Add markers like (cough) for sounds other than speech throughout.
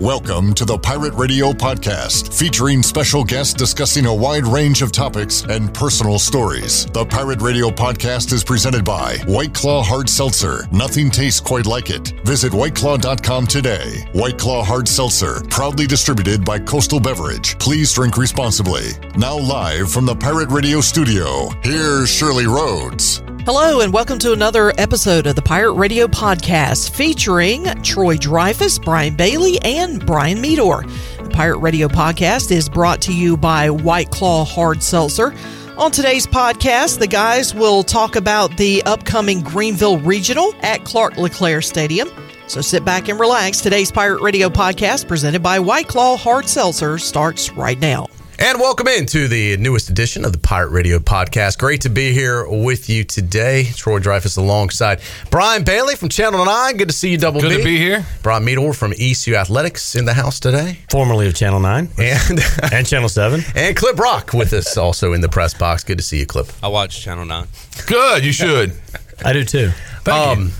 Welcome to the Pirate Radio Podcast, featuring special guests discussing a wide range of topics and personal stories. The Pirate Radio Podcast is presented by White Claw Hard Seltzer. Nothing tastes quite like it. Visit whiteclaw.com today. White Claw Hard Seltzer, proudly distributed by Coastal Beverage. Please drink responsibly. Now, live from the Pirate Radio Studio, here's Shirley Rhodes. Hello, and welcome to another episode of the Pirate Radio Podcast featuring Troy Dreyfus, Brian Bailey, and Brian Meador. The Pirate Radio Podcast is brought to you by White Claw Hard Seltzer. On today's podcast, the guys will talk about the upcoming Greenville Regional at Clark LeClaire Stadium. So sit back and relax. Today's Pirate Radio Podcast, presented by White Claw Hard Seltzer, starts right now. And welcome into the newest edition of the Pirate Radio Podcast. Great to be here with you today. Troy Dreyfus alongside Brian Bailey from Channel 9. Good to see you, Double Good B. to be here. Brian Meador from ECU Athletics in the house today. formerly of Channel 9 And (laughs) and Channel 7. and Clip Rock with us (laughs) also in the press box. Good to see you, Clip. Uh, I watch Channel 9. Good, you should. I do too. um,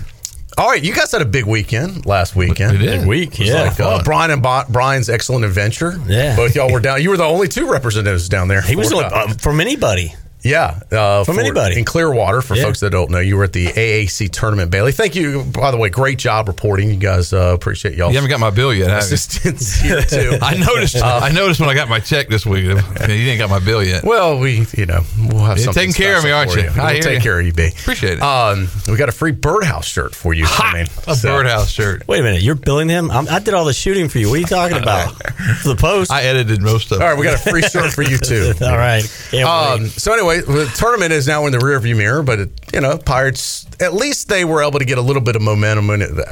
All right, you guys had a big weekend last weekend. We did. Big week, It was yeah. like, uh, Brian and Bo- Brian's excellent adventure. Yeah. both y'all were down. You were the only two representatives down there. he was For- doing uh, from anybody. Yeah, uh, From for- anybody. in Clearwater. For Yeah. folks that don't know, you were at the AAC tournament, Bailey. Thank you, by the way. Great job reporting. You guys uh, appreciate y'all. You haven't got my bill yet, have you? assistance here (laughs) too. I noticed. I noticed when I got my check this week. You ain't got my bill yet. Well, we, you know, we'll have You're something taking care of me, special aren't for you? I We'll hear take you. care of you, B. Appreciate it. Um, we got a free birdhouse shirt for you. I mean, A so- birdhouse shirt. Wait a minute, you're billing him? I'm, I did all the shooting for you. What are you talking (laughs) about? For the post? I edited most of. it. All right, we got a free shirt for you (laughs) too. all right. Can't Um, wait. so anyway, the tournament is now in the rearview mirror, but it, you know, Pirates at least they were able to get a little bit of momentum in it uh,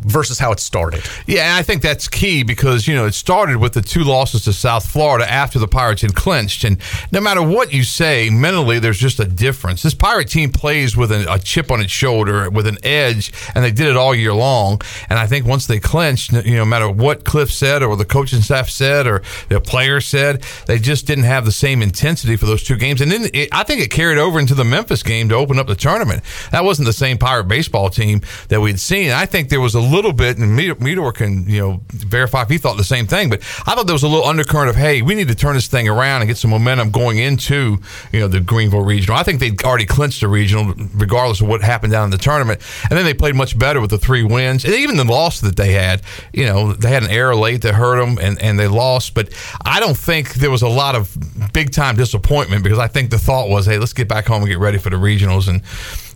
versus how it started. Yeah, and I think that's key because you know it started with the two losses to South Florida after the Pirates had clinched, and no matter what you say, mentally there's just a difference. This Pirate team plays with an, a chip on its shoulder, with an edge, and they did it all year long. And I think once they clinched, you know, no matter what Cliff said or the coaching staff said or the players said, they just didn't have the same intensity for those two games. And then it, I think it carried over into the Memphis game to open up the tournament. That wasn't the same Pirate baseball team that we'd seen. I think there was a little bit, and Meador can you know verify if he thought the same thing. But I thought there was a little undercurrent of hey, we need to turn this thing around and get some momentum going into you know the Greenville regional. I think they'd already clinched the regional regardless of what happened down in the tournament, and then they played much better with the three wins and even the loss that they had. You know they had an error late that hurt them and and they lost. But I don't think there was a lot of big time disappointment because I think the thought was hey, let's get back home and get ready for the regionals and.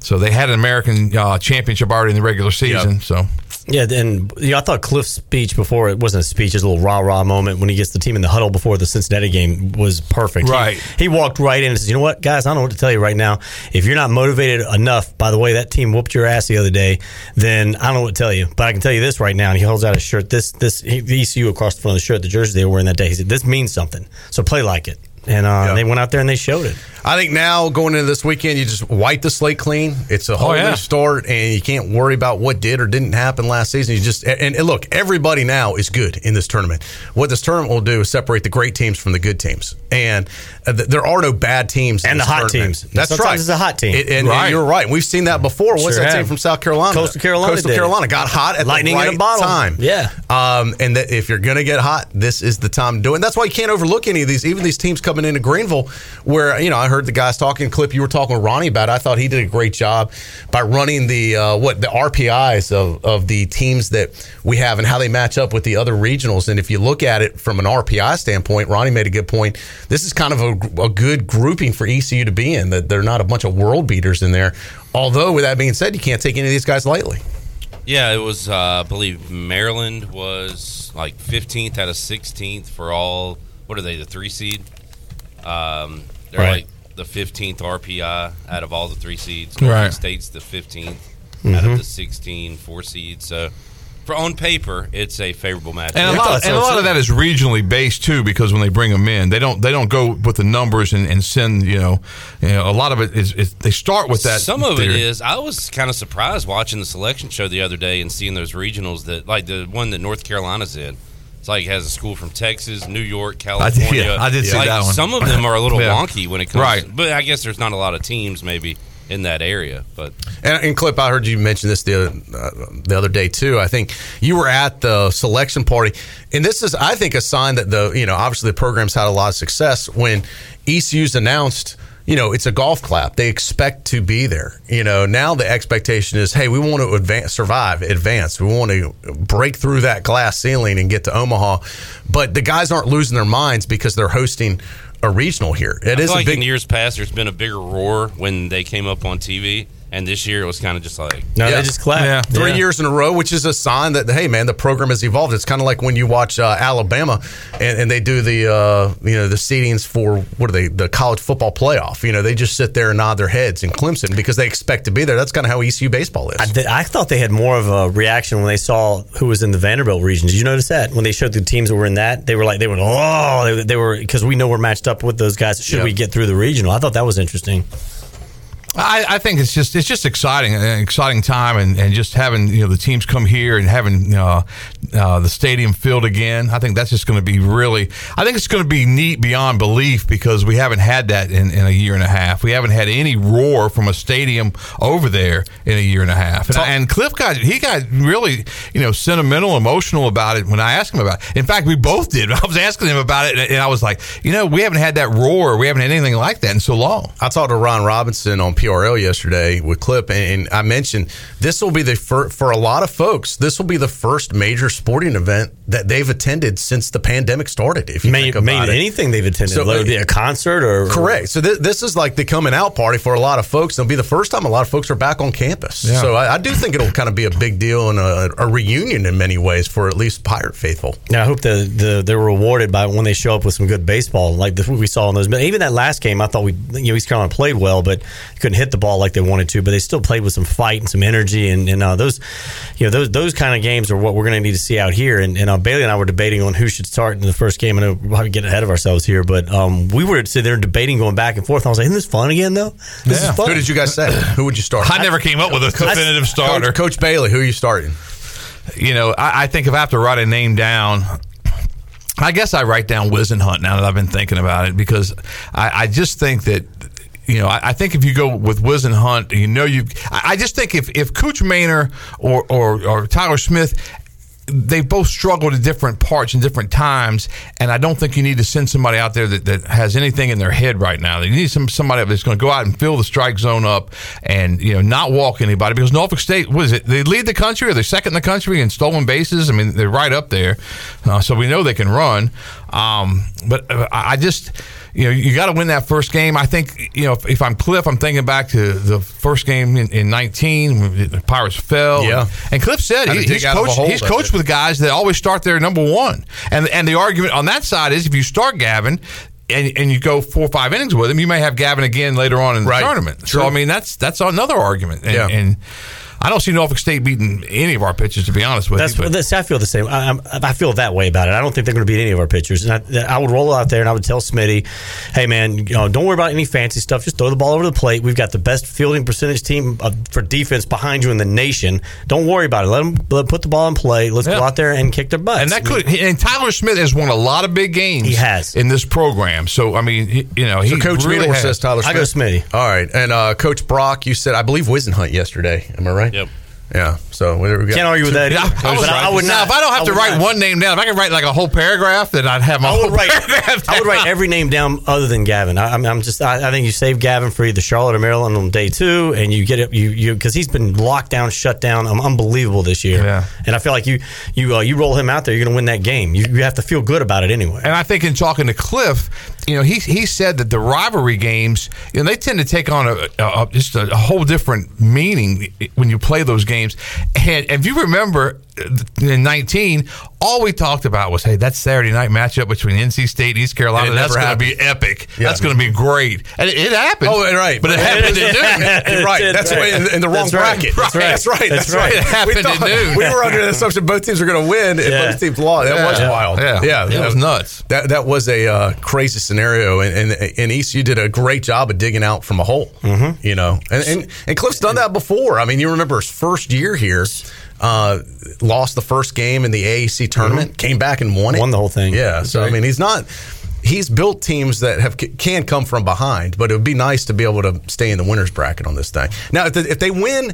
So they had an American uh, championship already in the regular season. So yeah, and you know, I thought Cliff's speech before it wasn't a speech, it was a little rah rah moment when he gets the team in the huddle before the Cincinnati game was perfect. He- Right. He, walked right in and says, You know what, guys, I don't know what to tell you right now. If you're not motivated enough, by the way, that team whooped your ass the other day, then I don't know what to tell you. But I can tell you this right now. And he holds out his shirt, this, this, he, the ECU across the front of the shirt, the jersey they were wearing that day. He said, This means something. So play like it. And uh, they went out there and they showed it. I think now going into this weekend, you just wipe the slate clean. It's a whole yeah. new start, and you can't worry about what did or didn't happen last season. You just and, and look, everybody now is good in this tournament. What this tournament will do is separate the great teams from the good teams, and uh, th- there are no bad teams in And the this hot tournament. teams. That's Sometimes right. it's a hot team. It- and, Right. and you're right. We've seen that before. What's Sure that team have. from South Carolina? Coastal Carolina Coastal did it. Carolina got hot at Lightning the in a right bottle. time. Yeah. Um, and that if you're going to get hot, this is the time to do it. And that's why you can't overlook any of these, even these teams coming into Greenville, where, you know, I heard the guys talking, Clip, you were talking with Ronnie about it. I thought he did a great job by running the, uh, what, the RPIs of, of the teams that we have and how they match up with the other regionals. And if you look at it from an RPI standpoint, Ronnie made a good point. This is kind of a, a good grouping for ECU to be in, that they're not a bunch of world beaters in there. Although, with that being said, you can't take any of these guys lightly. Yeah, it was, uh, I believe Maryland was like 15th out of 16th for all, what are they, the three seed? Um, they're Right. like the 15th RPI out of all the three seeds. Right. Mm-hmm. Golden State's the 15th out of the 16 four seeds. So, for on paper, it's a favorable And matchup. a Yeah, I lot, thought and a so, lot too. of that is regionally based too, because when they bring them in, they don't they don't go with the numbers and, and send you know, you know, a lot of it is, is they start with that. Some of it theory. is. I was kind of surprised watching the selection show the other day and seeing those regionals that, like the one that North Carolina's in. It's like it has a school from Texas, New York, I did- California. I did see Like, that one. Some of them are a (laughs) little Yeah. wonky when it comes, Right. But I guess there's not a lot of teams maybe in that area. But And, and clip, I heard you mention this the other, uh, the other day too. I think you were at the selection party, and this is, I think, a sign that the you know obviously the program's had a lot of success when ECU's announced. You know, it's a golf clap. They expect to be there. You know, now the expectation is, hey, we want to advance, survive, advance. We want to break through that glass ceiling and get to Omaha. But the guys aren't losing their minds because they're hosting a regional here. It I is feel a like big in years past, there's been a bigger roar when they came up on TV, and this year it was kind of just like No, Yeah. they just clap. Yeah. three Yeah. years in a row, which is a sign that hey, man, the program has evolved. It's kind of like when you watch uh, Alabama and, and they do the uh, you know the seedings for what are they the college football playoff. You know, they just sit there and nod their heads in Clemson because they expect to be there. That's kind of how ECU baseball is. I, th- I thought they had more of a reaction when they saw who was in the Vanderbilt region. Did you notice that when they showed the teams that were in that, they were like they were oh they, they were because we know we're matched up with those guys. Should Yeah. we get through the regional? I thought that was interesting. I, I think it's just it's just exciting, an exciting time, and, and just having you know the teams come here and having uh, uh, the stadium filled again. I think that's just going to be really. I think it's going to be neat beyond belief because we haven't had that in, in a year and a half. We haven't had any roar from a stadium over there in a year and a half. And, I- and Cliff got he got really you know sentimental, emotional about it when I asked him about. it. In fact, we both did. (laughs) I was asking him about it, and, and I was like, you know, we haven't had that roar. We haven't had anything like that in so long. I talked to Ron Robinson on PRL yesterday with Clip, and, and I mentioned this will be the fir- for a lot of folks. This will be the first major sporting event that they've attended since the pandemic started. If you May, think about may it. anything they've attended, So, uh, whether it be a concert or Correct. So th- this is like the coming out party for a lot of folks. It'll be the first time a lot of folks are back on campus. Yeah. So I, I do think it'll kind of be a big deal and a, a reunion in many ways for at least Pirate faithful. Yeah, I hope the, the they're rewarded by when they show up with some good baseball, like the, we saw in those. Even that last game, I thought we you know East Carolina played well, but couldn't hit the ball like they wanted to. But they still played with some fight and some energy, and, and uh, those you know those those kind of games are what we're going to need to see out here. And, and uh, Bailey and I were debating on who should start in the first game. I know we're probably getting ahead of ourselves here, but um, we were sitting there debating going back and forth. And I was like, "Isn't this fun again, though? This Yeah. is fun." Who did you guys say? Who would you start? I never came up with a definitive starter. Coach, Coach Bailey, who are you starting? You know, I, I think if I have to write a name down, I guess I write down Wizenhunt now that I've been thinking about it because I, I just think that. You know, I, I think if you go with Wizenhunt, you know you. I, I just think if if Cooch Maynor or, or or Tyler Smith, they both struggled at different parts and different times, and I don't think you need to send somebody out there that, that has anything in their head right now. You need some somebody that's going to go out and fill the strike zone up and you know not walk anybody because Norfolk State what is it? They lead the country or they're second in the country in stolen bases. I mean they're right up there, uh, so we know they can run. Um, but uh, I I just you know you got to win that first game. I think you know if, if I'm Cliff, I'm thinking back to the first game in, in 19 when the Pirates fell. Yeah. and Cliff said Had to he- dig he's out of a coached, hole he's that coached day. with guys that always start their number one. And and the argument on that side is if you start Gavin and, and you go four or five innings with him, you may have Gavin again later on in the Right. tournament. So True. I mean that's that's another argument. And, Yeah. and I don't see Norfolk State beating any of our pitchers to be honest with That's, you. But that's I feel the same. I, I'm- I feel that way about it. I don't think they're going to beat any of our pitchers. And I, I would roll out there and I would tell Smitty, "Hey man, you know, don't worry about any fancy stuff. Just throw the ball over the plate. We've got the best fielding percentage team of, for defense behind you in the nation. Don't worry about it. Let them put the ball in play. Let's Yeah. go out there and kick their butts." and that could and Tyler Smith has won a lot of big games. He has. in this program. So I mean, he- you know, he So Coach really Meador has. says Tyler. I Smith. go Smitty. All right, and uh, Coach Brock, you said I believe Wizenhunt yesterday. Am I right? Yep. Yeah. So there we go. Can't argue with that. Yeah, either. I, I would, but I, I would now, not. If I don't have to would write not. one name down, if I could write like a whole paragraph, then I'd have my I whole would (laughs) write. paragraph. I would write down. every name down other than Gavin. I, I'm, I'm just. I, I think you save Gavin for either Charlotte or Maryland on day two, and you get it. You you because he's been locked down, shut down, um, unbelievable this year. Yeah. And I feel like you you uh, you roll him out there, you're going to win that game. You, you have to feel good about it anyway. And I think in talking to Cliff, you know, he he said that the rivalry games, you know, they tend to take on a, a, a- just a, whole different meaning when you play those games. And if you remember uh, in 19, all we talked about was, hey, that Saturday night matchup between NC State and East Carolina, And it that's never going to be epic. Yeah. That's going to be great. And it, it happened. Oh, right. But it happened (laughs) at noon. You're right. That's That's why in, in the wrong That's right. bracket. That's right. That's right. That's right. It happened (laughs) we, at noon. we were under the assumption both teams were going to win, and Yeah. both teams lost. That was Yeah. wild. Yeah. yeah, It that- was nuts. That that was a uh, crazy scenario, and, and and ECU did a great job of digging out from a hole. You know, and, and and Cliff's done that before. I mean, you remember his first year here. uh, lost the first game in the AAC tournament, came back and won it, Won the whole thing. Yeah, so I mean, he's not. He's built teams that have can come from behind, but it would be nice to be able to stay in the winners bracket on this thing. Now, if, the, if they win,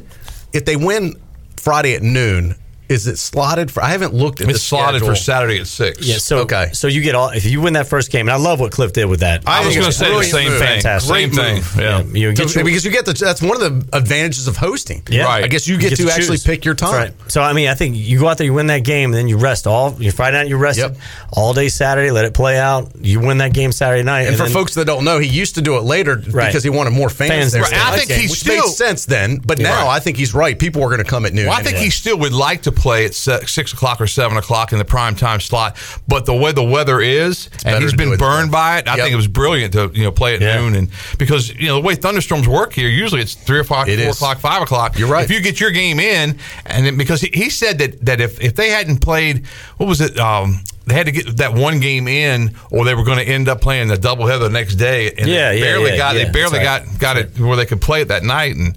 if they win Friday at noon, is it slotted for? I haven't looked at It's the slotted schedule. for Saturday at six. Yeah, so Okay. so you get all if you win that first game, and I love what Cliff did with that. I was think going to it's say the brilliant same move. thing. Fantastic. Great Great move. Yeah. Yeah, you get So- your, because you get the, that's one of the advantages of hosting. Yeah. Right. I guess you get, to, actually choose. pick your time. That's right. So I mean, I think you go out there, you win that game, and then you rest all you Friday night, you rest Yep. all day Saturday, let it play out. You win that game Saturday night, And, for then- folks that don't know, he used to do it later Right. because he wanted more fans, Fans there. there. Right. I That think game, he's which still- makes sense then, but now Right. I think he's right. People are going to come at noon. Well, I think he still would like to play at se- six o'clock or seven o'clock in the prime time slot, but the way the weather is, and better he's to do been it burned then. by it. I Yep. think it was brilliant to you know play at Yeah. noon, and because you know the way thunderstorms work here, usually it's three o'clock, It four is. o'clock, five o'clock. You're right. If you get your game in, and then because he, he said that that if if they hadn't played, what was it? Um, they had to get that one game in, or they were going to end up playing the doubleheader the next day. And Yeah, they yeah, barely yeah, got yeah. they barely That's right. got got it where they could play it that night. And,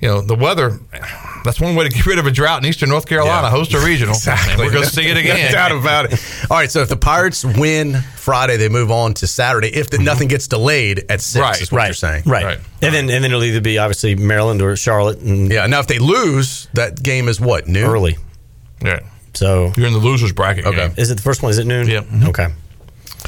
you know, the weather, that's one way to get rid of a drought in Eastern North Carolina, Yeah. host a (laughs) regional. And we're going to see it No again. doubt about it. All right, so if the Pirates win Friday, they move on to Saturday. If the, nothing gets delayed at six, Right. is what you're saying, Right. Right. And then and then it'll either be obviously Maryland or Charlotte and Yeah. Now, if they lose, that game is what noon. early. Yeah. So You're in the loser's bracket. Okay. is it the first one? Is it noon? Yeah. Mhm. Okay.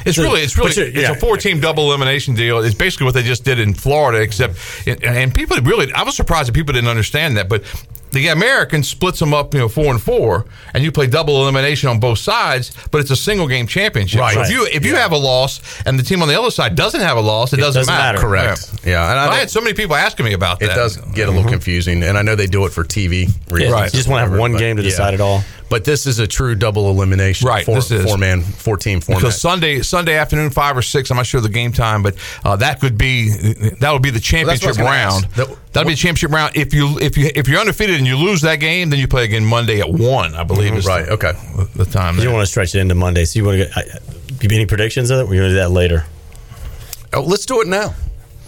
It's really, it's really, But you're- it's yeah. a four-team double elimination deal. It's basically what they just did in Florida, except, and- and people really, I was surprised that people didn't understand that, but the American splits them up, you know, four and four, and you play double elimination on both sides, but it's a single-game championship. Right. So if you if you have a loss and the team on the other side doesn't have a loss, it, doesn't, doesn't matter. matter. Correct. Yeah. Yeah. And I, I, had so many people asking me about it that. Mm-hmm. does get a little confusing, and I know they do it for TV Yeah, reasons. Right. You just want to have Whatever, one but game to yeah. decide it all. But this is a true double elimination. Right, Four, this is. four man, four team format. Because Sunday, Sunday afternoon, five or six. I'm not sure of the game time, but uh, that could be that would be that's what I the championship was gonna round. ask. That, That- would be the championship round. If you if you if you're undefeated and you lose that game, then you play again Monday at one. I believe is Mm-hmm. right. the, Okay. the time. You there. don't want to stretch it into Monday. So you want to get I, I- any predictions of it? We're going to do that later. Oh, let's do it now.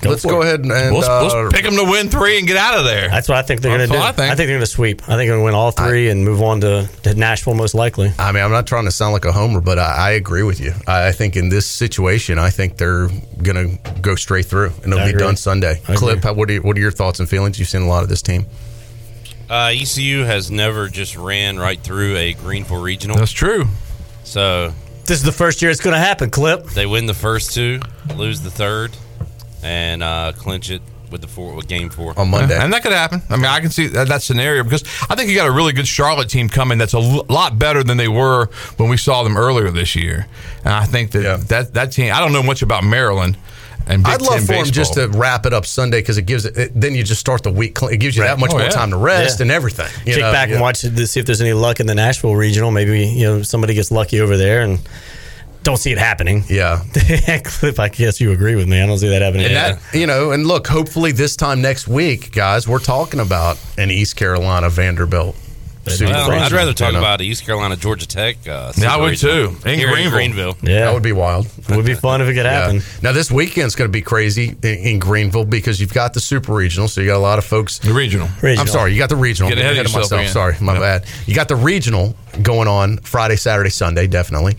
let's for go it. ahead and, and We'll, uh, we'll pick them to win three and get out of there. That's what I think they're going That's to do. what I think. they're going to sweep. I think they're going to win all three and move on to, to Nashville most likely. I mean, I'm not trying to sound like a homer, but I, I agree with you. I, I think in this situation, I think they're going to go straight through, and it'll I be agree. done Sunday. I Clip, agree. how, what, are, you- what are your thoughts and feelings? You've seen a lot of this team. Uh, ECU has never just ran right through a Greenville regional, That's true. so This is the first year it's going to happen, Clip. they win the first two, lose the third, and uh, clinch it with the four with game four. On Monday. And that could happen. I mean, I can see that, that scenario because I think you got a really good Charlotte team coming that's a l- lot better than they were when we saw them earlier this year. And I think that Yeah. that, that team, I don't know much about Maryland. And Big I'd love Ten for them just baseball. to wrap it up Sunday because it gives it, it- Then you just start the week. clean. It gives you that much Oh, more yeah. time to rest Yeah. and everything. you Kick know? back Yeah. and watch it to see if there's any luck in the Nashville regional. Maybe you know somebody gets lucky over there and don't see it happening. Yeah. (laughs) Clip, I guess you agree with me. I don't see that happening. And that, you know, and look, hopefully this time next week, guys, we're talking about an East Carolina Vanderbilt. Super Well, I'd regional, rather talk you know. about East Carolina Georgia Tech. Uh, Yeah, I would regional too. In here Greenville. Greenville. yeah, That would be wild. would be fun if it could (laughs) happen. Yeah. Now this weekend's going to be crazy in, in Greenville because you've got the Super Regional, so you got a lot of folks. the regional. Regional. I'm sorry, you got the regional. Get ahead of yourself, man. Sorry, my bad. You got the regional going on Friday, Saturday, Sunday, definitely,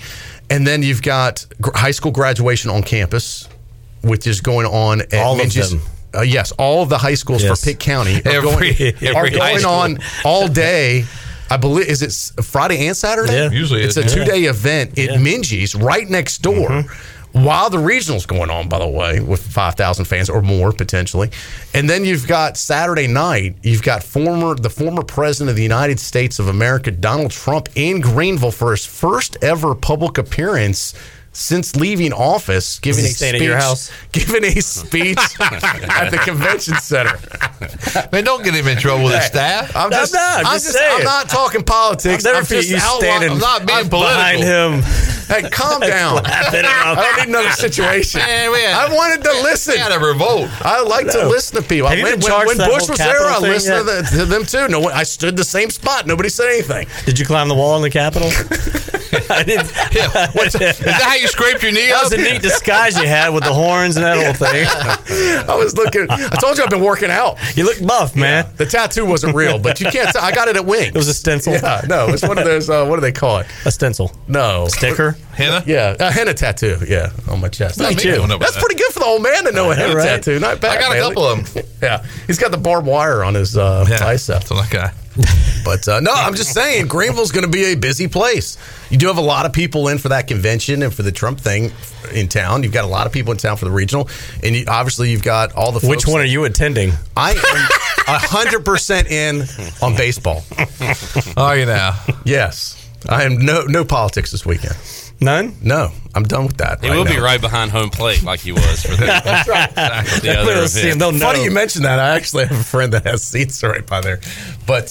and then you've got gr- high school graduation on campus, which is going on at All of Minji's- them. Uh, yes, all the high schools Yes. for Pitt County are (laughs) Every- going, every are high going school. on all day. I believe is it s- Friday and Saturday. Yeah. Mm-hmm. Usually it's it a is. two day event at Minji's right next door while the regional's going on, by the way, with 5,000 fans or more potentially. And then you've got Saturday night, you've got former the former president of the United States of America, Donald Trump, in Greenville for his first ever public appearance. Since leaving office, giving he a staying speech, at your house? (laughs) giving a speech (laughs) at the convention center. Man, don't get him in trouble with his staff. (laughs) I'm just, not, I'm just saying. I'm not talking politics. I've never I'm seen just you outli- standing I'm not being political. behind (laughs) him. Hey, calm down. laughing I (laughs) around. don't need another (laughs) situation. Man, we had- I wanted to listen. He had a revolt. I like to listen to people. Have you when been when- charged when for that Bush whole was there, Capitol I thing listened to, the, to them too. No, one- I stood the same spot. Nobody said anything. Did you climb the wall in the Capitol? (laughs) (laughs) I didn't, Yeah, what's (laughs) that? Is that how you scraped your knee that (laughs) up? was a neat disguise you had with the horns and that whole (laughs) thing. I was looking. I told you I've been working out. (laughs) You look buff, man. The tattoo wasn't real, but you can't. Tell, I got it at Wings. It was a stencil. Yeah, no, it's one of those. Uh, what do they call it? (laughs) A stencil. No Sticker. Henna? Yeah, a henna tattoo. Yeah, on my chest. Not me coming up with That's that. pretty good for the old man to know a henna right? tattoo. Not bad. I got a Bailey. couple of them. (laughs) Yeah, he's got the barbed wire on his uh, Yeah. bicep. So like I, But uh, no, I'm just (laughs) saying, Greenville's going to be a busy place. You do have a lot of people in for that convention and for the Trump thing in town. You've got a lot of people in town for the regional, and you, obviously you've got all the. Which folks one that- are you attending? I am hundred percent in on (laughs) baseball. are Oh, you now? Yes, I am. No, no politics this weekend. None? No, I'm done with that. He will be now. right behind home plate like he was (laughs) for the, the other They'll see him. event. They'll know. Funny you mentioned that. I actually have a friend that has seats right by there, but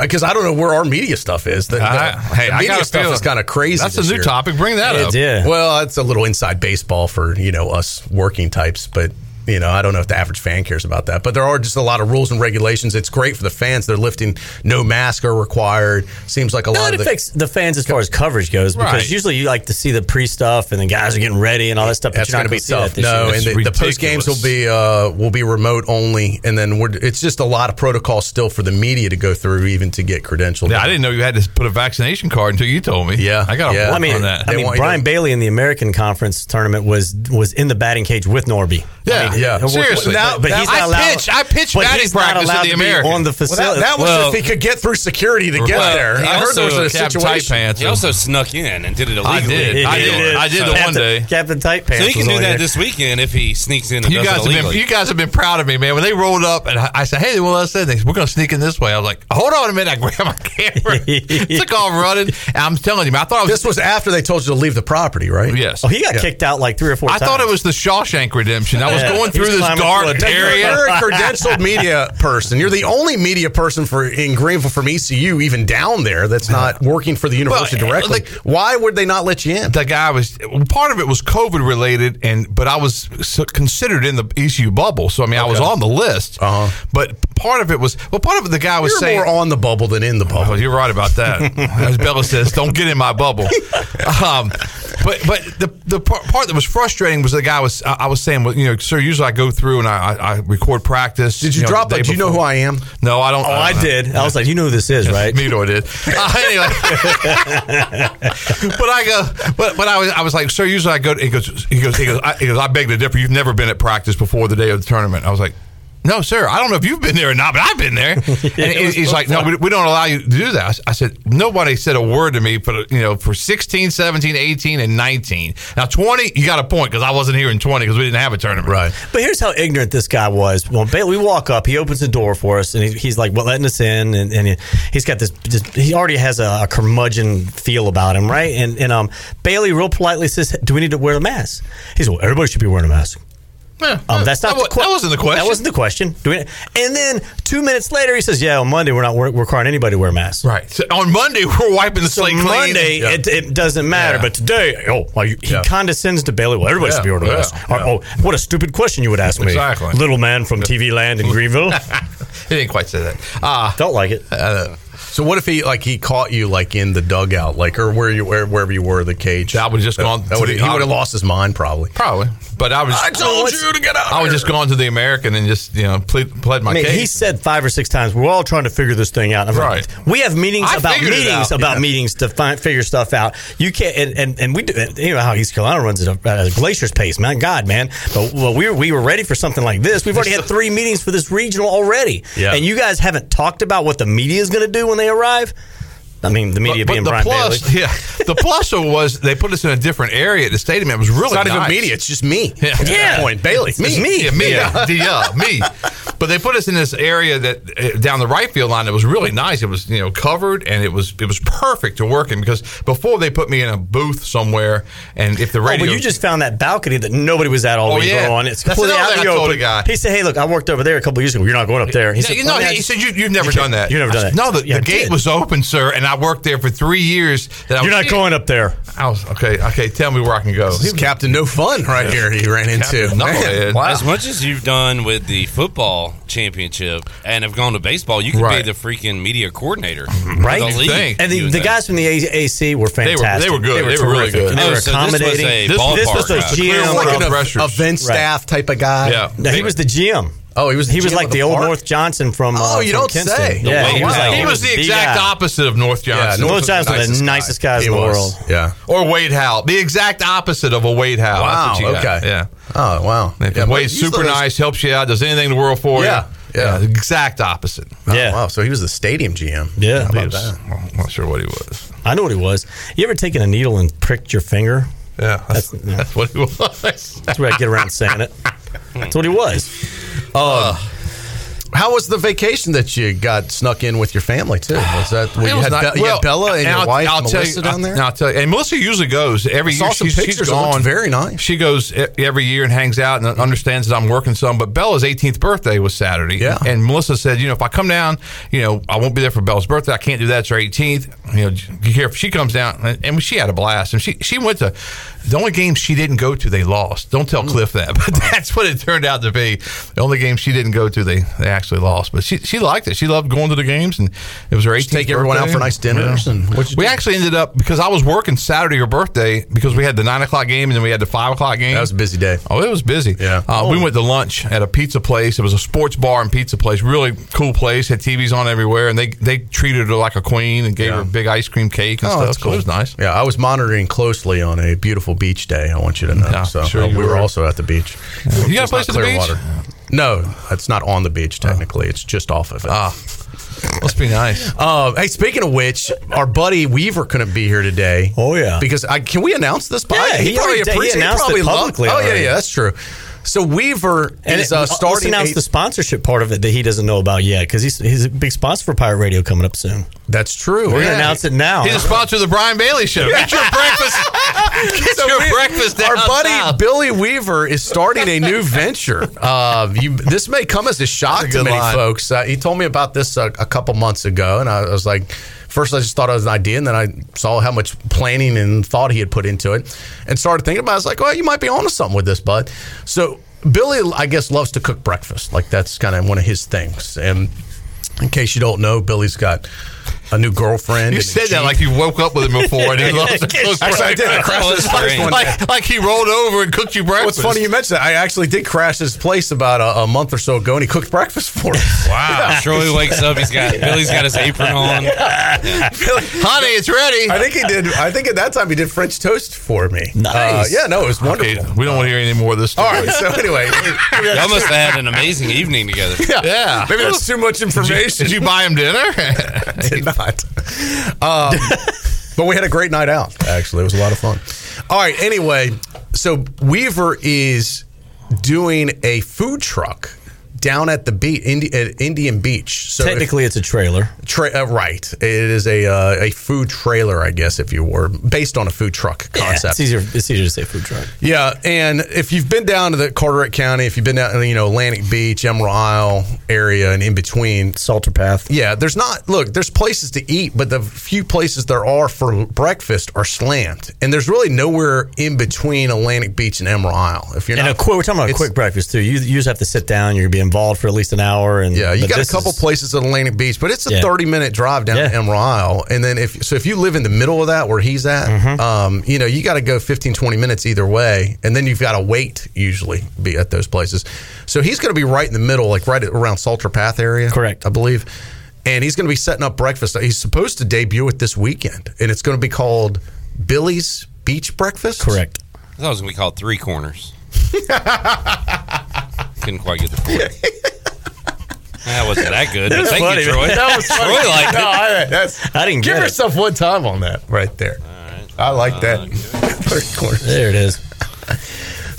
because I don't know where our media stuff is. The, the- I- hey, the I media got a stuff feeling- is kind of crazy. That's a this new year. topic. Bring that It up. did. Yeah. Well, it's a little inside baseball for you know us working types, but you know I don't know if the average fan cares about that. But there are just a lot of rules and regulations. It's great for the fans. They're lifting. No mask are required. Seems like a No, lot it of the affects the fans as far as coverage goes because Right. usually you like to see the pre stuff and the guys are getting ready and all that stuff. But That's you're not going to going be to see that tough. this No, year. and It's the, the post games will ridiculous. be uh, will be remote only, and then we're, it's just a lot of protocol still for the media to go through, even to get credentialed. Yeah, I didn't know you had to put a vaccination card until you told me. Yeah, I got to yeah. work I mean, on that. I They mean, want you Brian to- Bailey in the American Conference tournament was was in the batting cage with Norby. Yeah, I mean, yeah. it worked- Seriously. but, but Now- he's I not allowed. pitch- I pitch but batting he's not practice at allowed the to be American. on the Well, that, facility. that was Well- if he could get through security to get Well, there. he I heard there was also a kept situation. tight pants. He also snuck in and did it illegally. I did. I did. I did the Captain, one day. Captain Tight Pants. So he can was do on that there. this weekend if he sneaks in and You does guys it have been illegally. you guys have been proud of me, man. When they rolled up and I, I said, "Hey, well, let's say this. We're going to sneak in this way." I was like, "Hold on a minute!" I grabbed (laughs) my camera, took off running. And I'm telling you, man, I thought it was This was after they told you to leave the property, right? yes. Oh, he got kicked out like three or four I times. thought it was the Shawshank Redemption. I was Yeah. going He through was this climbing dark through a- area. You're a (laughs) credentialed media person. You're the only media person for in Greenville from ECU, even down there, that's not working for the university Well, eh, directly. like- Why would they not let you in? (laughs) The guy was part of it was COVID related, and but I was so considered in the ECU bubble, so I mean I was on the list. Uh-huh. But part of it was well, part of it the guy was You're saying more on the bubble than in the Oh, bubble. you're right about that. (laughs) As Bella says, don't get in my bubble. Um, but but the the par- part that was frustrating was the guy was I, I was saying, well, you know, sir, usually I go through and I, I, I record practice. Did you, know, drop the that? day Do you know who before. I am? No, I don't. Oh, I did. I was like, you know who this is, right? Me though it is. (laughs) Uh, anyway, but I go, but but I was I was like, sir. Usually I go. He goes. He goes. He goes. I, he goes. I beg to differ. You've never been at practice before the day of the tournament. I was like. No, sir. I don't know if you've been there or not, but I've been (laughs) there. And he- he's like, no, we, we don't allow you to do that. I s- I said, nobody said a word to me for, you know, for 16, 17, 18, and 19. Now, 20, you got a point because I wasn't here in 20 because we didn't have a tournament. Right. But here's how ignorant this guy was. Well, Bailey, we walk up, he opens the door for us, and he, he's like, "Well, letting us in," and, and he, he's got this, this. He already has a, a curmudgeon feel about him, right? And and um, Bailey real politely says, "Do we need to wear the mask?" He's well, everybody should be wearing a mask. Yeah. Um, that's not that, the wa- that wasn't the question. That wasn't the question. Do we, and then two minutes later, he says, "Yeah, on Monday we're not we're requiring anybody to wear masks." right. So on Monday, (laughs) we're wiping the So slate clean. Monday, Yeah. it, it doesn't matter. Yeah. But today, oh, well, you, he Yeah. condescends to Bailey. Well, everybody Yeah, should be wearing a yeah, mask. yeah. Or, oh, what a stupid question you would ask me. Exactly. Little man from TV land in (laughs) Greenville. he didn't quite say that. Uh, Don't like it. So what if he like he caught you like in the dugout, like or where you where, wherever you were the cage? I would've just gone That to would've- the- he would have lost his mind probably. Probably, but I was. I told you to get out I was there. just going to the American and just you know plead, pled my I mean, case. he said five or six times, "We're all trying to figure this thing out." And I'm like, Right. we have meetings I about figured it meetings out, about yeah. meetings to find, figure stuff out. You can't, and, and, and we do. and You know how East Carolina runs at a, at a glacier's pace, man. God, man. But well, we were, we were ready for something like this. We've (laughs) already had three meetings for this regional already, Yeah. and you guys haven't talked about what the media is going to do when they arrive. I mean, the media being Brian plus, (laughs) Bailey. yeah, the plus was they put us in a different area at the stadium. It was really It's not even nice. media. It's just me. Yeah. At that Yeah. point, Bailey. It's me. Yeah, me, Yeah. yeah, yeah, me. But they put us in this area that uh, down the right field line. It was really nice. It was you know covered and it was it was perfect to work in because before they put me in a booth somewhere and if the Oh, radio, well, you just found that balcony that nobody was at all Oh, week yeah. on. It's That's completely another out in thing the I told open. the guy. He said, "Hey, look, I worked over there a couple of years ago. You're not going up there." He Yeah, you know, "Well, yeah, I he just- said you, you've never can't- done that. you've never done I that." said, No, the, Yeah, I the gate did. was open, sir, and I worked there for three years. That I You're was- not going up there. I was okay. Okay, tell me where I can go. This is Captain No Fun right here. He ran into. Captain Knucklehead. wow. As much as you've done with the football championship and have gone to baseball, you could Right. be the freaking media coordinator, Right? Of the You'd league, think. And the, you would the think. guys from the A- AC were they fantastic. were they were good. They were, really terrific. good. They Oh, were so this was accommodating. This- a this ballpark was the guy. GM. Clearwater of- Like an Brushers. event Right. staff type of guy. Yeah. No, he was the GM. Oh, he was. The He was GM like of the, old park? North Johnson from. Oh, uh, you from don't Kinston. say. Yeah, Wow. he was, like, He was the exact guy. opposite of North Johnson. North was the Johnson was the nicest guys He in the was. world. Yeah. Or Wade Howe. The exact opposite of a Wade Howe. Wow. That's what you got. Okay. Yeah. Oh wow. Yeah, Yeah, Wade's usually super those- nice, helps you out, does anything in the world for Yeah, you. yeah. the exact opposite. Oh, Yeah. Wow. So he was the stadium GM. Yeah. How He about was- that? well, I'm not sure what he was. I know what he was. You ever taken a needle and pricked your finger? Yeah, that's, That's- yeah. (laughs) that's what he was. That's where I get around saying it. That's what he was. How was the vacation that you got snuck in with your family too? Was that when It you, was had, not- Be- you well, had Bella and, your I'll- wife I'll tell you- Melissa down there? I, will tell you. And Melissa usually goes every I year. saw some she's, she's pictures. It looked gone. very nice. She goes e- every year and hangs out and understands that I'm working some. But Bella's 18th birthday was Saturday. Yeah. And Melissa said, you know, if I come down, you know, I won't be there for Bella's birthday. I can't do that. It's her 18th. You know, do you care if she comes down. And- And she had a blast. And she she went to the only game she didn't go to. They lost. Don't Mm. tell Cliff that. (laughs) But that's what it turned out to be. The only game she didn't go to, they they actually lost. But she she liked it. She loved going to the games, and it was her 18th. take everyone out birthday. for nice dinners Yeah. and what you We do? actually ended up because I was working Saturday her birthday because we had the nine o'clock game and then we had the five o'clock game. That was a busy day. Oh, it was busy. Yeah. Oh. Uh, We went to lunch at a pizza place. It was a sports bar and pizza place. Really cool place. Had TVs on everywhere, and they they treated her like a queen and gave Yeah. her a big ice cream cake and Oh, stuff. that's So cool. It was nice. Yeah, I was monitoring closely on a beautiful beach day. I want you to know. Yeah, so sure uh, you we were. were. also at the beach. You got a Just not place at the beach? Clearwater. No, it's not on the beach technically. It's just off of it. Ah, must (laughs) be nice. Um, hey, speaking of which, our buddy Weaver couldn't be here today. Oh, yeah. because I, can we announce this? Yeah, he already did. He appreciates- announced it probably loved- publicly Oh yeah, already. yeah, that's true. So Weaver And is uh, let's starting. announce a- the sponsorship part of it that he doesn't know about yet because he's, he's a big sponsor for Pirate Radio coming up soon. that's true. We're Yeah. gonna announce it now. He's a sponsor of the Brian Bailey Show. Get your breakfast. (laughs) Get your we- breakfast down Our buddy south. Billy Weaver is starting a new venture. Uh, you, this may come as a shock That's a to good many line. folks. Uh, he told me about this a, a couple months ago, and I, was like, first I just thought it was an idea, and then I saw how much planning and thought he had put into it, and started thinking about. it. I was like, well, you might be onto something with this, bud. So Billy, I guess, loves to cook breakfast. Like that's kind of one of his things, and. In case you don't know, Billy's got a new girlfriend. and You a said that Jeep. like you woke up with him before (laughs) and he loves to cook Actually, I did. I crashed Oh, his that's first great. one. (laughs) like, like he rolled over and cooked you breakfast. What's funny you mentioned that. I actually did crash his place about a, a month or so ago, and he cooked breakfast for us. Wow, Troy wakes up. He's got Billy's got his apron on. Honey, it's ready. I think he did. I think at that time he did French toast for me. Uh, Nice. yeah, no, it was Okay, wonderful. we don't want to hear any more of this story. All right. (laughs) So anyway, maybe Y'all must have had an amazing evening together. Yeah. maybe that's too much information. (laughs) Did you buy him dinner? did (laughs) not. Um, but we had a great night out. Actually, it was a lot of fun. All right. Anyway, so Weaver is doing a food truck down at the beach, Indi- at Indian Beach. So if- Technically, it's a trailer. Tra- uh, right. It is a uh, a food trailer, I guess, if you were based on a food truck Yeah, concept. it's easier. It's easier to say food truck. Yeah, and if you've been down to the Carteret County, if you've been down, you know, Atlantic Beach, Emerald Isle area, and in between, Salter Path. yeah, there's not. Look, there's places to eat, but the few places there are for breakfast are slammed, and there's really nowhere in between Atlantic Beach and Emerald Isle. If you're And a not, quick, we're talking about a it's- quick breakfast too. You, you just have to sit down. You're gonna be involved for at least an hour. And Yeah, you but got a this couple is- places at Atlantic Beach, but it's a Yeah. thirty-minute drive down to Yeah. Emerald Isle, and then if so, if you live in the middle of that where he's at, Mm-hmm. um, you know, you got to go 15, 20 minutes either way, and then you've got to wait usually be at those places. So he's going to be right in the middle, like right around Salter Path area, Correct. I believe, and he's going to be setting up breakfast. He's supposed to debut it this weekend, and it's going to be called Billy's Beach Breakfast. (laughs) Correct. I thought it was gonna be called Three Corners. Couldn't quite get the point. That wasn't that good. but thank funny, you, man. Troy. That was Troy liked it. that's I didn't give get it. yourself one time on that right there. I like that. (laughs) Third corner. There it is.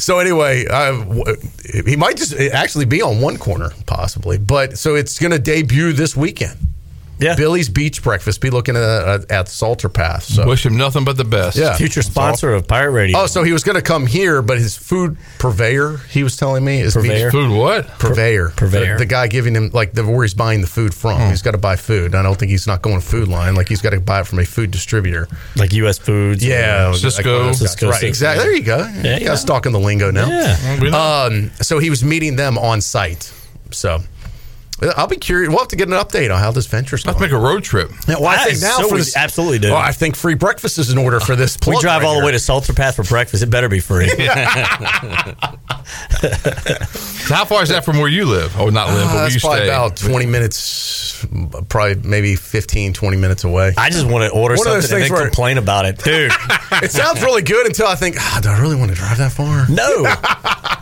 So anyway, uh, w- he might just actually be on one corner possibly, but so it's going to debut this weekend. Yeah. Billy's Beach Breakfast. Be looking at, at Salter Path. So. (laughs) Wish him nothing but the best. Yeah. Future sponsor of Pirate Radio. Oh, so he was going to come here, but his food purveyor, he was telling me, is Purveyor? Food what? Purveyor, Purveyor. Hmm. the, the guy giving him like the where he's buying the food from. He's got to buy food. I don't think he's not going food line. Like he's got to buy it from a food distributor. like U.S. Foods. Yeah, Cisco. one of those guys. Cisco, right? Cisco. Exactly. There you go. Yeah, you yeah. got stock in the lingo now. Yeah. Mm-hmm. We know. Um, so he was meeting them on site. So I'll be curious. We'll have to get an update on how this venture's Let's going. make a road trip. Yeah, well, I That think is now so for we this, absolutely do. Well, I think free breakfast is in order for this. (laughs) we plug drive right all the here. way to Salter Path for breakfast. It better (laughs) be free. So how far is that from where you live? Oh, not live, Uh, but where that's you probably stay. about 20 minutes, probably maybe 15, 20 minutes (laughs) away. I just want to order One of those something and things then where- complain about it, dude. it sounds really good until I think, ah, do I really want to drive that far? (laughs) Mm-hmm. no,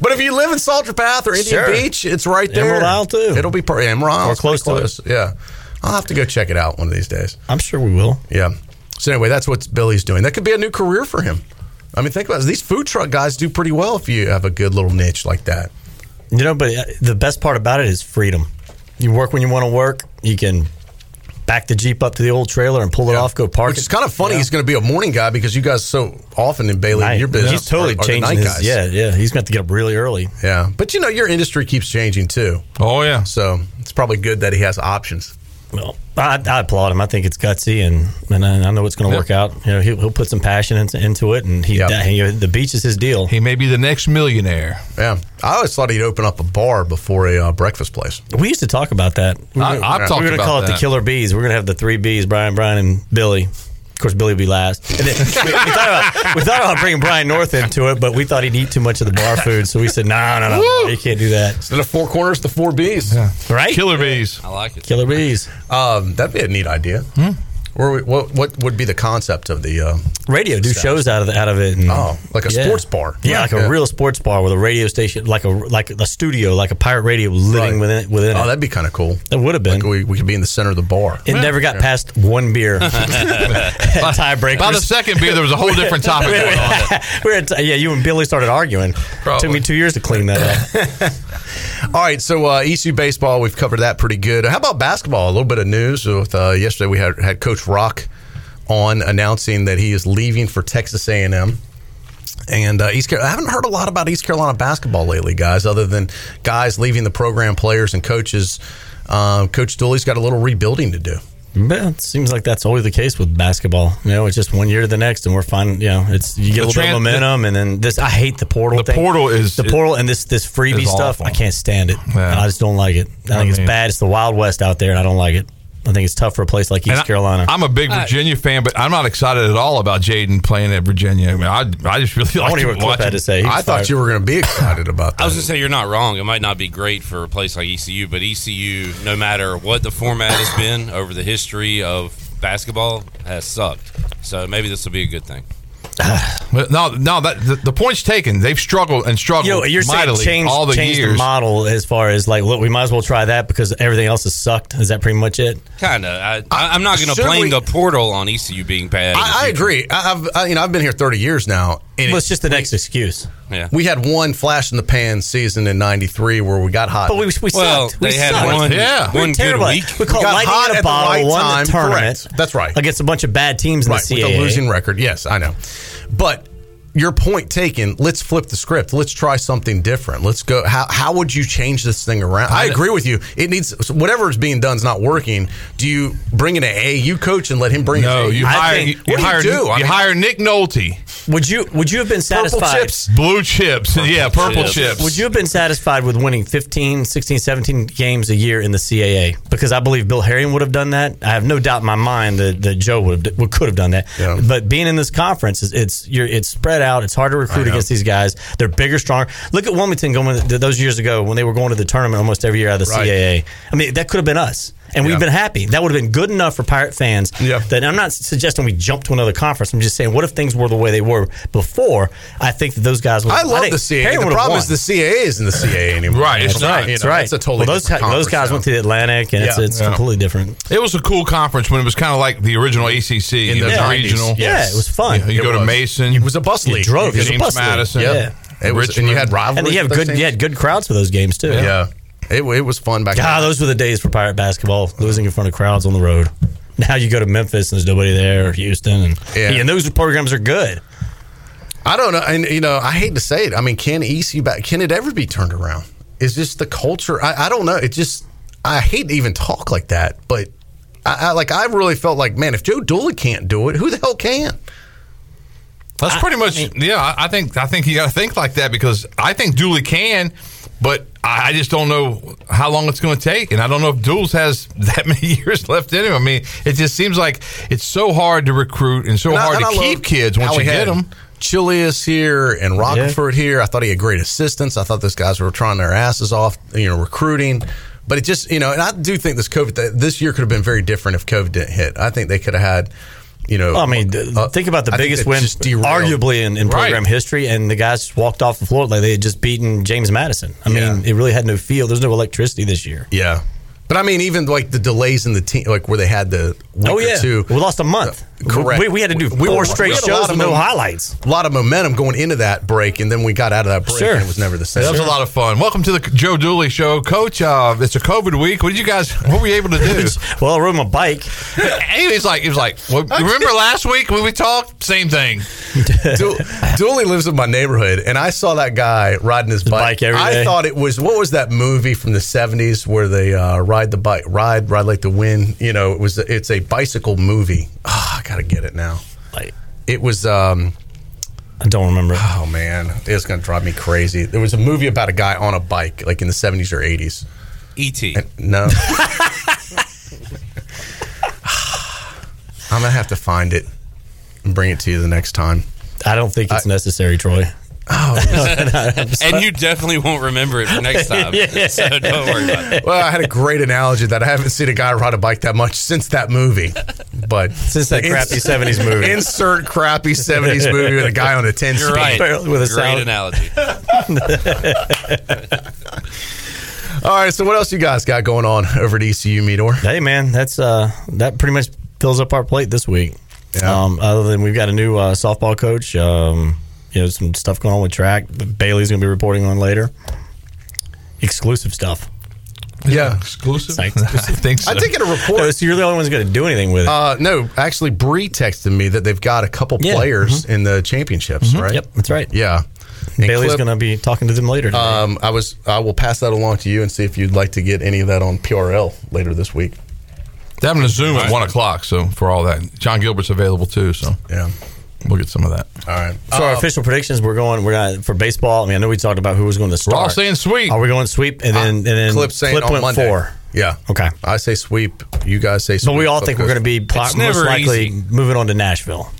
But if you live in Salter Path or Indian Sure. Beach, it's right there. Emerald Isle, too. It'll be part Emerald Isle. Or It's pretty close to it. Yeah. I'll have to go check it out one of these days. I'm sure we will. Yeah. So anyway, that's what Billy's doing. That could be a new career for him. I mean, think about it. These food truck guys do pretty well if you have a good little niche like that. You know, but uh, the best part about it is freedom. You work when you want to work. You can back the jeep up to the old trailer and pull it off, go park. Which it. is kind of funny. Yeah. He's going to be a morning guy because you guys so often in Bailey, Night. your business. He's totally are- are the changing night his. guys. Yeah, yeah. He's going to have to get up really early. Yeah. But you know, your industry keeps changing too. Oh yeah. So it's probably good that he has options. Well, I, I applaud him. I think it's gutsy, and and I, I know it's going to work out. You know, he'll, he'll put some passion into, into it, and he, Yeah. that- he- the beach is his deal. He may be the next millionaire. Yeah. I always thought he'd open up a bar before a uh, breakfast place. We used to talk about that. We I, we're I've talked were going to about call it the that. killer bees. We're going to have the three bees: Brian, Brian, and Billy. Of course, Billy would be last. And then we, we thought about, we thought about bringing Brian North into it, but we thought he'd eat too much of the bar food, so we said, "No, no, no, you can't do that." Instead of four corners, the four B's. Right? Killer bees. I like it. Killer bees. Um, that'd be a neat idea. Hmm. Where we, what, what would be the concept of the? Uh, Radio do shows out of the, out of it. And, Oh, like a sports bar. Yeah, like a Yeah. real sports bar with a radio station, like a like a studio, like a pirate radio Right. living within it, within oh, it. that'd be kind of cool. That would have been. Like we, we could be in the center of the bar. it never got past (laughs) one beer. (laughs) Tiebreakers. By the second beer, there was a whole different topic We going on. (laughs) were at- yeah, you and Billy started arguing. Probably. Took me two years to (laughs) clean that up. All right, so uh, ECU baseball, we've covered that pretty good. How about basketball? A little bit of news. With, uh, yesterday, we had, had Coach Rock on announcing that he is leaving for Texas A and M. And uh, East Carolina, I haven't heard a lot about East Carolina basketball lately, guys. Other than guys leaving the program, players and coaches. Um, Coach Dooley's got a little rebuilding to do. Man, it seems like that's always the case with basketball. You know, it's just one year to the next, and we're finding you know it's you get The a little bit tran- of momentum, and then this. I hate the portal. The thing. portal is- the portal, and this this freebie is stuff. awful. I can't stand it. Yeah. I just don't like it. I think it's mean- bad. It's the wild west out there, and I don't like it. I think it's tough for a place like East And I- Carolina. I'm a big Virginia fan, but I'm not excited at all about Jaden playing at Virginia. I mean, I, I just really I like want to to hear what Cliff watch had him. to say. He I was thought fired. you were going to be excited about that. I was gonna say you're not wrong. It might not be great for a place like ECU, but ECU, no matter what the format has been over the history of basketball, has sucked. So maybe this will be a good thing. But No, no, that, the, the point's taken. They've struggled and struggled You know, you're saying mightily change, all the change years. the model as far as like, look, we might as well try that because everything else has sucked. Is that pretty much it? Kind of. I, I, I'm not going to Should blame we- the portal on ECU being bad. in the I, I future. agree. I, I've I, you know I've been here 30 years now, and Well, it, it's just the next excuse. Yeah. we had one flash in the pan season in '93 where we got hot. But we, we well, sucked. they we had sucked. one, Yeah. We were one good terrible. week. We caught got lightning hot in at the a bottle, right won time. the tournament. Correct. That's right. Against a bunch of bad teams in right the with CAA. a losing record. Yes, I know. But your point taken. Let's flip the script. Let's try something different. Let's go. How how would you change this thing around? I agree with you. It needs whatever is being done is not working. Do you bring in an AU coach and let him bring? no, his you AAU? hire think- you, what you do you hire do? you I mean- hire Nick Nolte, Would you would you have been purple satisfied? chips. blue chips, yeah, purple chips. chips. Would you have been satisfied with winning 15, 16, 17 games a year in the CAA? Because I believe Bill Harrion would have done that. I have no doubt in my mind that, that Joe would have, would- could have done that. Yeah. But being in this conference, it's it's, you're, it's spread out. It's hard to recruit against these guys. They're bigger, stronger. Look at Wilmington going th- those years ago when they were going to the tournament almost every year out of the Right. CAA. I mean, that could have been us. And Yeah. we've been happy. That would have been good enough for Pirate fans. Yeah. That I'm not suggesting we jump to another conference. I'm just saying, what if things were the way they were before? I think that those guys would. I love think the CAA. Harrion The would have problem won. is the CAA isn't the (laughs) CAA anymore. Right, it's That's not. You know, That's right. It's a totally well, those, different guy- conference those guys now. went to the Atlantic, and it's, Yeah. it's Yeah. completely different. It was a cool conference when it was kind of like the original ACC. In it the was 90s, regional. yeah, it was fun. You, know, you It go to was. Mason. It was a bus You league. drove. It was a James bus league. Madison. Yeah. It was, and you had rivalries. And you have with those good, you teams. had good crowds for those games too. Yeah. it, it was fun back. God, then. those were the days for Pirate basketball, losing in front of crowds on the road. Now you go to Memphis and there's nobody there, or Houston, and Yeah. and those programs are good. I don't know, and you know, I hate to say it. I mean, can ECU back? Can it ever be turned around? Is just the culture? I, I don't know. It just I hate to even talk like that, but I, I like I really felt like man, if Joe Dooley can't do it, who the hell can? That's pretty much yeah. I I think I think you got to think like that because I think Dooley can, but I I just don't know how long it's going to take, and I don't know if Duels has (laughs) that many years left in him. I mean, it just seems like it's so hard to recruit and so And I- hard and I to love keep kids how once you we get had them. Chilius here and Rockford here. I thought he had great assistance. I thought those guys were trying their asses off, you know, recruiting. But it just, you know, and I do think this COVID, th- this year could have been very different if COVID didn't hit. I think they could have had, you know, I mean, th- uh, think about the I think biggest that win, just derailed- arguably in, in Right. program history, and the guys just walked off the floor like they had just beaten James Madison. I mean, it really had no feel. There's no electricity this year. Yeah. But I mean, even like the delays in the team, like where they had the week Oh or yeah, two, we lost a month. correct. We, we had to do We- we four were- straight we had a lot shows of with no mom- highlights. a lot of momentum going into that break, and then we got out of that break, Sure. and it was never the same. That was a lot of fun. Welcome to the Joe Dooley Show, Coach. Uh, it's a COVID week. What did you guys? What were you able (laughs) to (laughs) do? Well, I rode my bike. (laughs) he was like, he was like, (laughs) well, remember last week when we talked? Same thing. (laughs) Du- Dooley lives in my neighborhood, and I saw that guy riding his bike. bike every I day. thought it was what was that movie from the seventies where they uh, ride the bike, ride, ride like the wind. You know, it was it's a bicycle movie. Ah, I gotta get it now. Like, It was. um I don't remember. Oh man, it's gonna drive me crazy. There was a movie about a guy on a bike, like in the seventies or eighties. (laughs) E.T. No. (sighs) I'm gonna have to find it and bring it to you the next time. I don't think it's necessary, Troy. And you definitely won't remember it for (laughs) next time. So don't worry about it. Well, I had a great analogy that I haven't seen a guy ride a bike that much since that movie. But Since that crappy 70s movie. insert crappy seventies movie with a guy on a ten You're speed. right. Barely with a Great sound. analogy. (laughs) All right, so what else you guys got going on over at ECU Meteor? Hey man, that's uh that pretty much fills up our plate this week. Yeah. Um, other than we've got a new uh, softball coach, um, you know, some stuff going on with track. that Bailey's going to be reporting on later. Exclusive stuff. Yeah. Exclusive. (laughs) I Like- think so. I think in a report. Oh, so you're the only one's going to do anything with it. Uh, no, actually, Bree texted me that they've got a couple Yeah, Mm-hmm. players in the championships, right? yep, that's right. Yeah. And Bailey's Clip, going to be talking to them later. Today. Um, I was. I will pass that along to you and see if you'd like to get any of that on PRL later this week. They're having a Zoom at one o'clock. So for all that, John Gilbert's available too. So Yeah. we'll get some of that. All right. Um, so our official predictions, we're going. We're not for baseball. I mean, I know we talked about who was going to We're start. all saying sweet. Are we going sweep and then and then Clip saying on went Monday. four? Yeah. Okay. I say sweep. You guys say. But sweep. we all think we're going to be pl- most never likely easy. moving on to Nashville.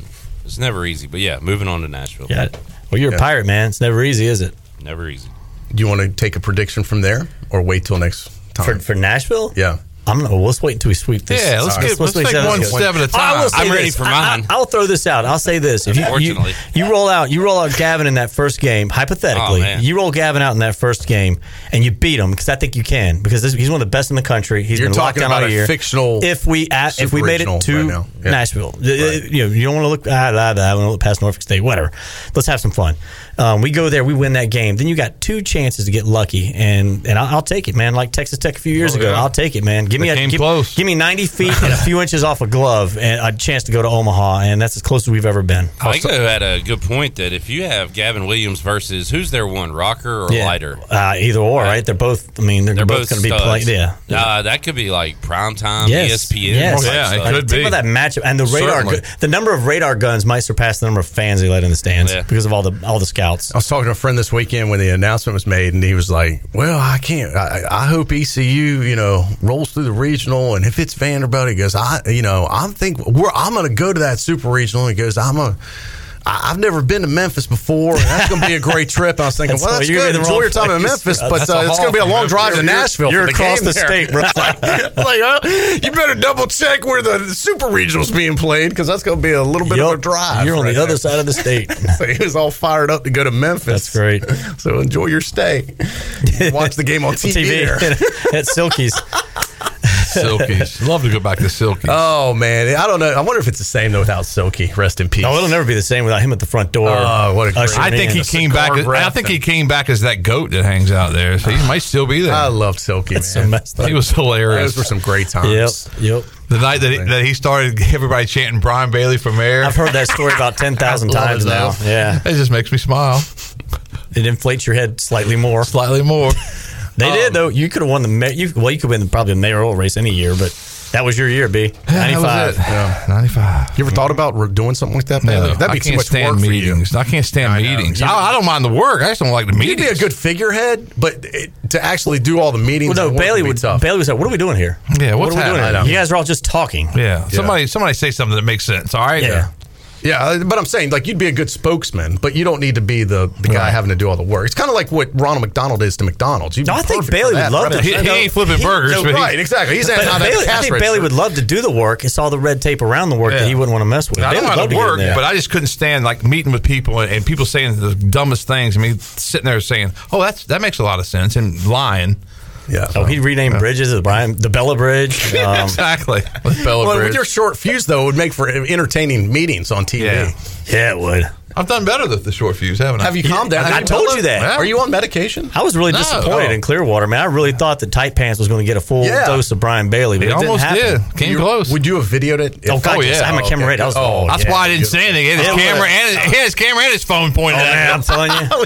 It's never easy, but yeah, moving on to Nashville. Yeah. Well, you're a pirate, man. It's never easy, is it? Never easy. Do you want to take a prediction from there, or wait till next For, time? for Nashville? yeah. I'm gonna, well, let's wait until we sweep this. Yeah, let's Sorry. get- let's wait take till- one step at a I time. will say I'm ready this. for I- mine. I, will throw this out. I'll say this. If you, you, Unfortunately. you roll out, you roll out Gavin in that first game, hypothetically, Oh, man. you roll Gavin out in that first game and you beat him because I think you can because this, he's one of the best in the country. He's You're been locked talking down about all a year. fictional if we at, if we made super-regional it to right now. Yeah. Nashville, Uh, you, know, you don't want to look ah, blah, blah, I want to look past Norfolk State. Whatever. Let's have some fun. Um, we go there, we win that game. Then you got two chances to get lucky, and and I'll, I'll take it, man. Like Texas Tech a few years ago, Oh, yeah. I'll take it, man. Give me They a came give, close. give me 90 feet and a few inches off a glove and a chance to go to Omaha, and that's as close as we've ever been. Tyco had a good point that if you have Gavin Williams versus who's their one, Rocker or Yeah. Lighter? Uh, either or, right? They're both. I mean, they're, They're both, both, going to be studs. playing. Yeah. Uh, that could be like E prime time E Yes. ESPN. Yes. type Yeah, it stuff. could be. Think about that matchup and the radar. Certainly. Gu- the number of radar guns might surpass the number of fans they let in the stands Yeah. because of all the all the scouts. I was talking to a friend this weekend when the announcement was made, and he was like, "Well, I can't. I, I hope ECU, you know, rolls through the regional, and if it's Vanderbilt, he goes, I, you know, I'm think we're I'm going to go to that super regional." He goes, "I'm a." I- I've never been to Memphis before. And that's going to be a great trip. I was thinking, (laughs) That's well, why that's you're good. in the Enjoy wrong your time in place. Memphis, (laughs) That's but a uh, it's haul going to be a from long drive to Memphis. Nashville. You're for the across game the there. state, (laughs) bro. like, uh, you better double check where the super regional's being played because that's going to be a little bit of a Yup. drive. You're on right the other there. side of the state. So (laughs) he was all fired up to go to Memphis. That's great. (laughs) So (laughs) enjoy your stay. Watch the game on TV. TV there. at Silky's. (laughs) Silkies. Love to go back to Silkies. Oh man, I don't know. I wonder if it's the same though without Silky. Rest in peace. No, it'll never be the same without him at the front door. Uh, Oh, what a great- ushering I think in. he came back. As, I breath think and- he came back as that goat that hangs out there. So he might still be there. I loved Silky. That's so man. messed up. he was hilarious. Those were some great Yep, times. yep. the night that he, that he started, everybody chanting Brian Bailey for mayor. I've heard that story about ten thousand I love times it now. Yeah, It just makes me smile it inflates your head slightly more. slightly (laughs) more. They Um, did though. You could have won the ma- you, well, you could win probably the mayoral race any year, but that was your year, B. Ninety five. Ninety five. You ever thought about re- doing something like that? Bailey? That'd I be can't too much stand work meetings. for you. I can't stand I know. meetings. You- I, I don't mind the work. I just don't like the You'd meetings. be a good figurehead, but it, to actually do all the meetings, Well, no, and work Bailey be would. tough. Bailey was like, "What are we doing here? Yeah, what what's are we happening? doing I here? know. You guys are all just talking." yeah. Somebody, somebody say something that makes sense. All right. Yeah. Yeah, but I'm saying like you'd be a good spokesman, but you don't need to be the, the guy having to do all the work. It's kind of like what Ronald McDonald is to McDonald's. You'd No, be I think perfect for Bailey would that love (laughs) rep- it. He, he ain't flipping He- burgers, No, but right, he, exactly. He's But at Bailey, I think Bailey would love to do the work. It's all the red tape around the work Yeah. that he wouldn't want to mess with. I Bailey don't know would how love to to get in work, there. but I just couldn't stand like meeting with people and, and people saying the dumbest things. I mean, sitting there saying, "Oh, that's that makes a lot of sense," and lying. Yeah. Oh, he renamed bridges as Brian the (laughs) Bella Bridge. Um, exactly. With Bella well, with Bridge. your short fuse though, it would make for entertaining meetings on TV. Yeah. yeah, it would. I've done better than the short fuse, haven't I? Have you calmed down? I Have told been- you that. Are you on medication? I was really No. disappointed in Clearwater, man. I really thought that Tight Pants was going to get a full Yeah. dose of Brian Bailey, but It it, almost didn't happen. did. Came close. Would you have videoed it? Oh, God, Oh, yes. yeah. I'm a Oh, camera red. I was. Oh, Oh, That's yeah. why I didn't say anything. He had his It camera was. and his, he had his camera and his phone pointed Oh, at man, him. I'm telling you. (laughs)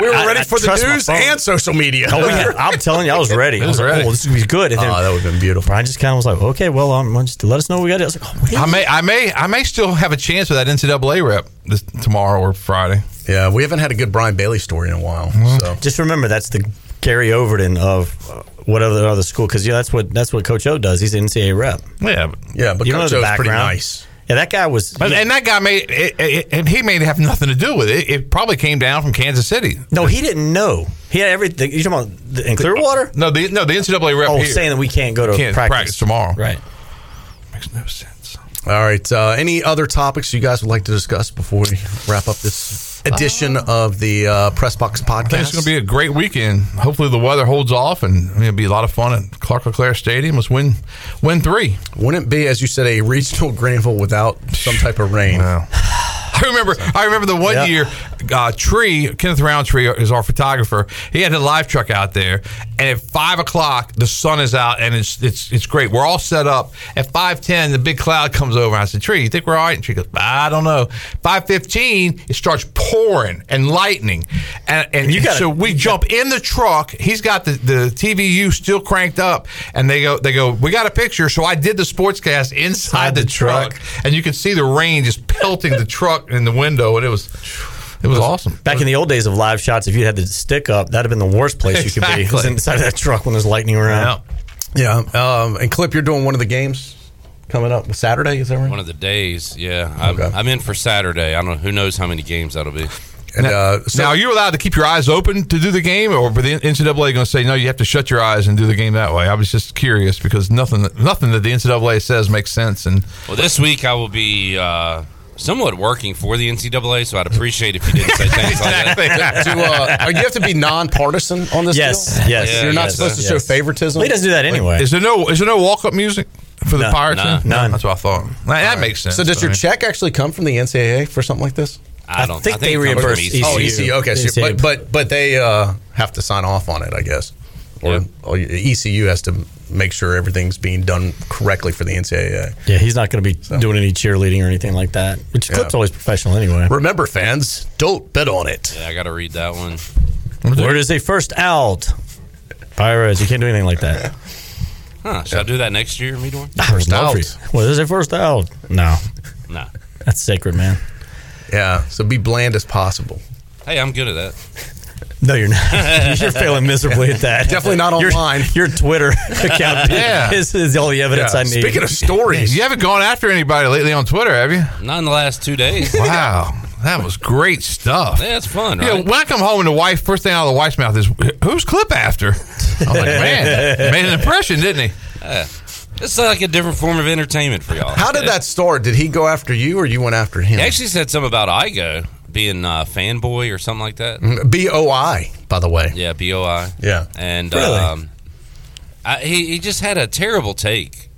we were I- ready I for the trust my news phone. and social media. Oh, yeah. I'm telling you, I was ready. I was was like, ready. oh, well, this is gonna be good. And then Oh, that would have been beautiful. Brian just kind of was like, okay, well, um, just let us know what we got. to do." I was like, oh, wait. I may, I may, I may still have a chance with that NCAA rep this, tomorrow or Friday. (laughs) Yeah, we haven't had a good Brian Bailey story in a while. So Just remember that's the Gary Overton of uh, whatever other school because yeah, that's what that's what Coach O does. He's an NCAA rep. Yeah, yeah, but You Coach know O's the background. pretty nice. Yeah, that guy was. But, he- and that guy may, it, it, and he may have nothing to do with it. It probably came down from Kansas City. no, he didn't know. He had everything. You talking about the, in Clearwater? No, the no the NCAA rep Oh, here saying that we can't go to can't practice. practice. tomorrow. Right. makes no sense. All right. Uh, any other topics you guys would like to discuss before we wrap up this edition of the uh, Press Box I think it's podcast? going to be a great weekend. Hopefully, the weather holds off, and it'll be a lot of fun at Clark O'Clair Stadium. Let's win, win three. Wouldn't it be, as you said, a regional (laughs) Granville without some type of rain? I remember, I remember the one Yeah. year, uh, Tree Kenneth Roundtree is our photographer. He had a live truck out there, and at five o'clock, the sun is out, and it's it's it's great. We're all set up. At five ten, the big cloud comes over. And I said, Tree, you think we're all right? And Tree goes, I don't know. Five fifteen, it starts pouring and lightning, and and You gotta- so we jump in the truck. He's got the, the TVU still cranked up, and they go they go. We got a picture. So I did the sportscast inside the, the truck. truck. and you could see the rain just pelting the truck in the window, and it was it was awesome. Back in the old days of live shots, if you had the stick up, that'd have been the worst place you could be. It was Exactly. inside of that truck when there's lightning around. Yeah. Yeah. Um, and Clip, you're doing one of the games coming up Saturday, is that right? One of the days, yeah. I'm, Okay. I'm in for Saturday. I don't know who knows how many games that'll be. And, uh, so, now, are you allowed to keep your eyes open to do the game, or were the NCAA going to say no? You have to shut your eyes and do the game that way. I was just curious because nothing nothing that the NCAA says makes sense, (laughs) and Well, this week I will be uh, somewhat working for the NCAA, so I'd appreciate if you didn't say things like that. (laughs) do, uh, you have to be nonpartisan on this Yes, deal? yes, You're not yes, supposed to yes. show favoritism? Well, he doesn't do that anyway. is there no is there no walk up music for the Pirates? Nah. then? None. That's what I thought. That makes sense. so does I your mean- check actually come from the NCAA for something like this? I don't. I think, it comes from E reimburse ECU. Oh, ECU. ECU. Okay, so, ECU. but but but they uh, have to sign off on it, I guess. Or, oh, Yeah. or ECU has to make sure everything's being done correctly for the NCAA. yeah, he's not going to be doing any cheerleading or anything like that. Which Clip's always professional anyway. Remember, fans, don't bet on it. Yeah, I got to read that one. Word is a first out. Pirates, you can't do anything like that. Huh? Should I do that next year, Midor? First out. What is a first out? No, Nah. that's sacred, man. Yeah, so be bland as possible. Hey, I'm good at that. No, you're not. (laughs) you're failing miserably at that. Definitely not Your- online. Your, Twitter (laughs) account Yeah. is, is the only evidence I need. Uh, Speaking of stories, You haven't gone after anybody lately on Twitter, have (laughs) you? Not in the last two days. yeah, Wow, that was great stuff. it's fun, Yeah, right? when I come home and the wife, first thing out of the wife's mouth is, "Who's Clip after?" I'm (laughs) like, man, made an impression, didn't he? It's like a different form of entertainment for y'all. how did that start? Did he go after you, or you went after him? He actually said something about Igo being uh, fanboy or something like that. B O I, by the way. Yeah, boi. Yeah. and Really? um, I, he he just had a terrible take,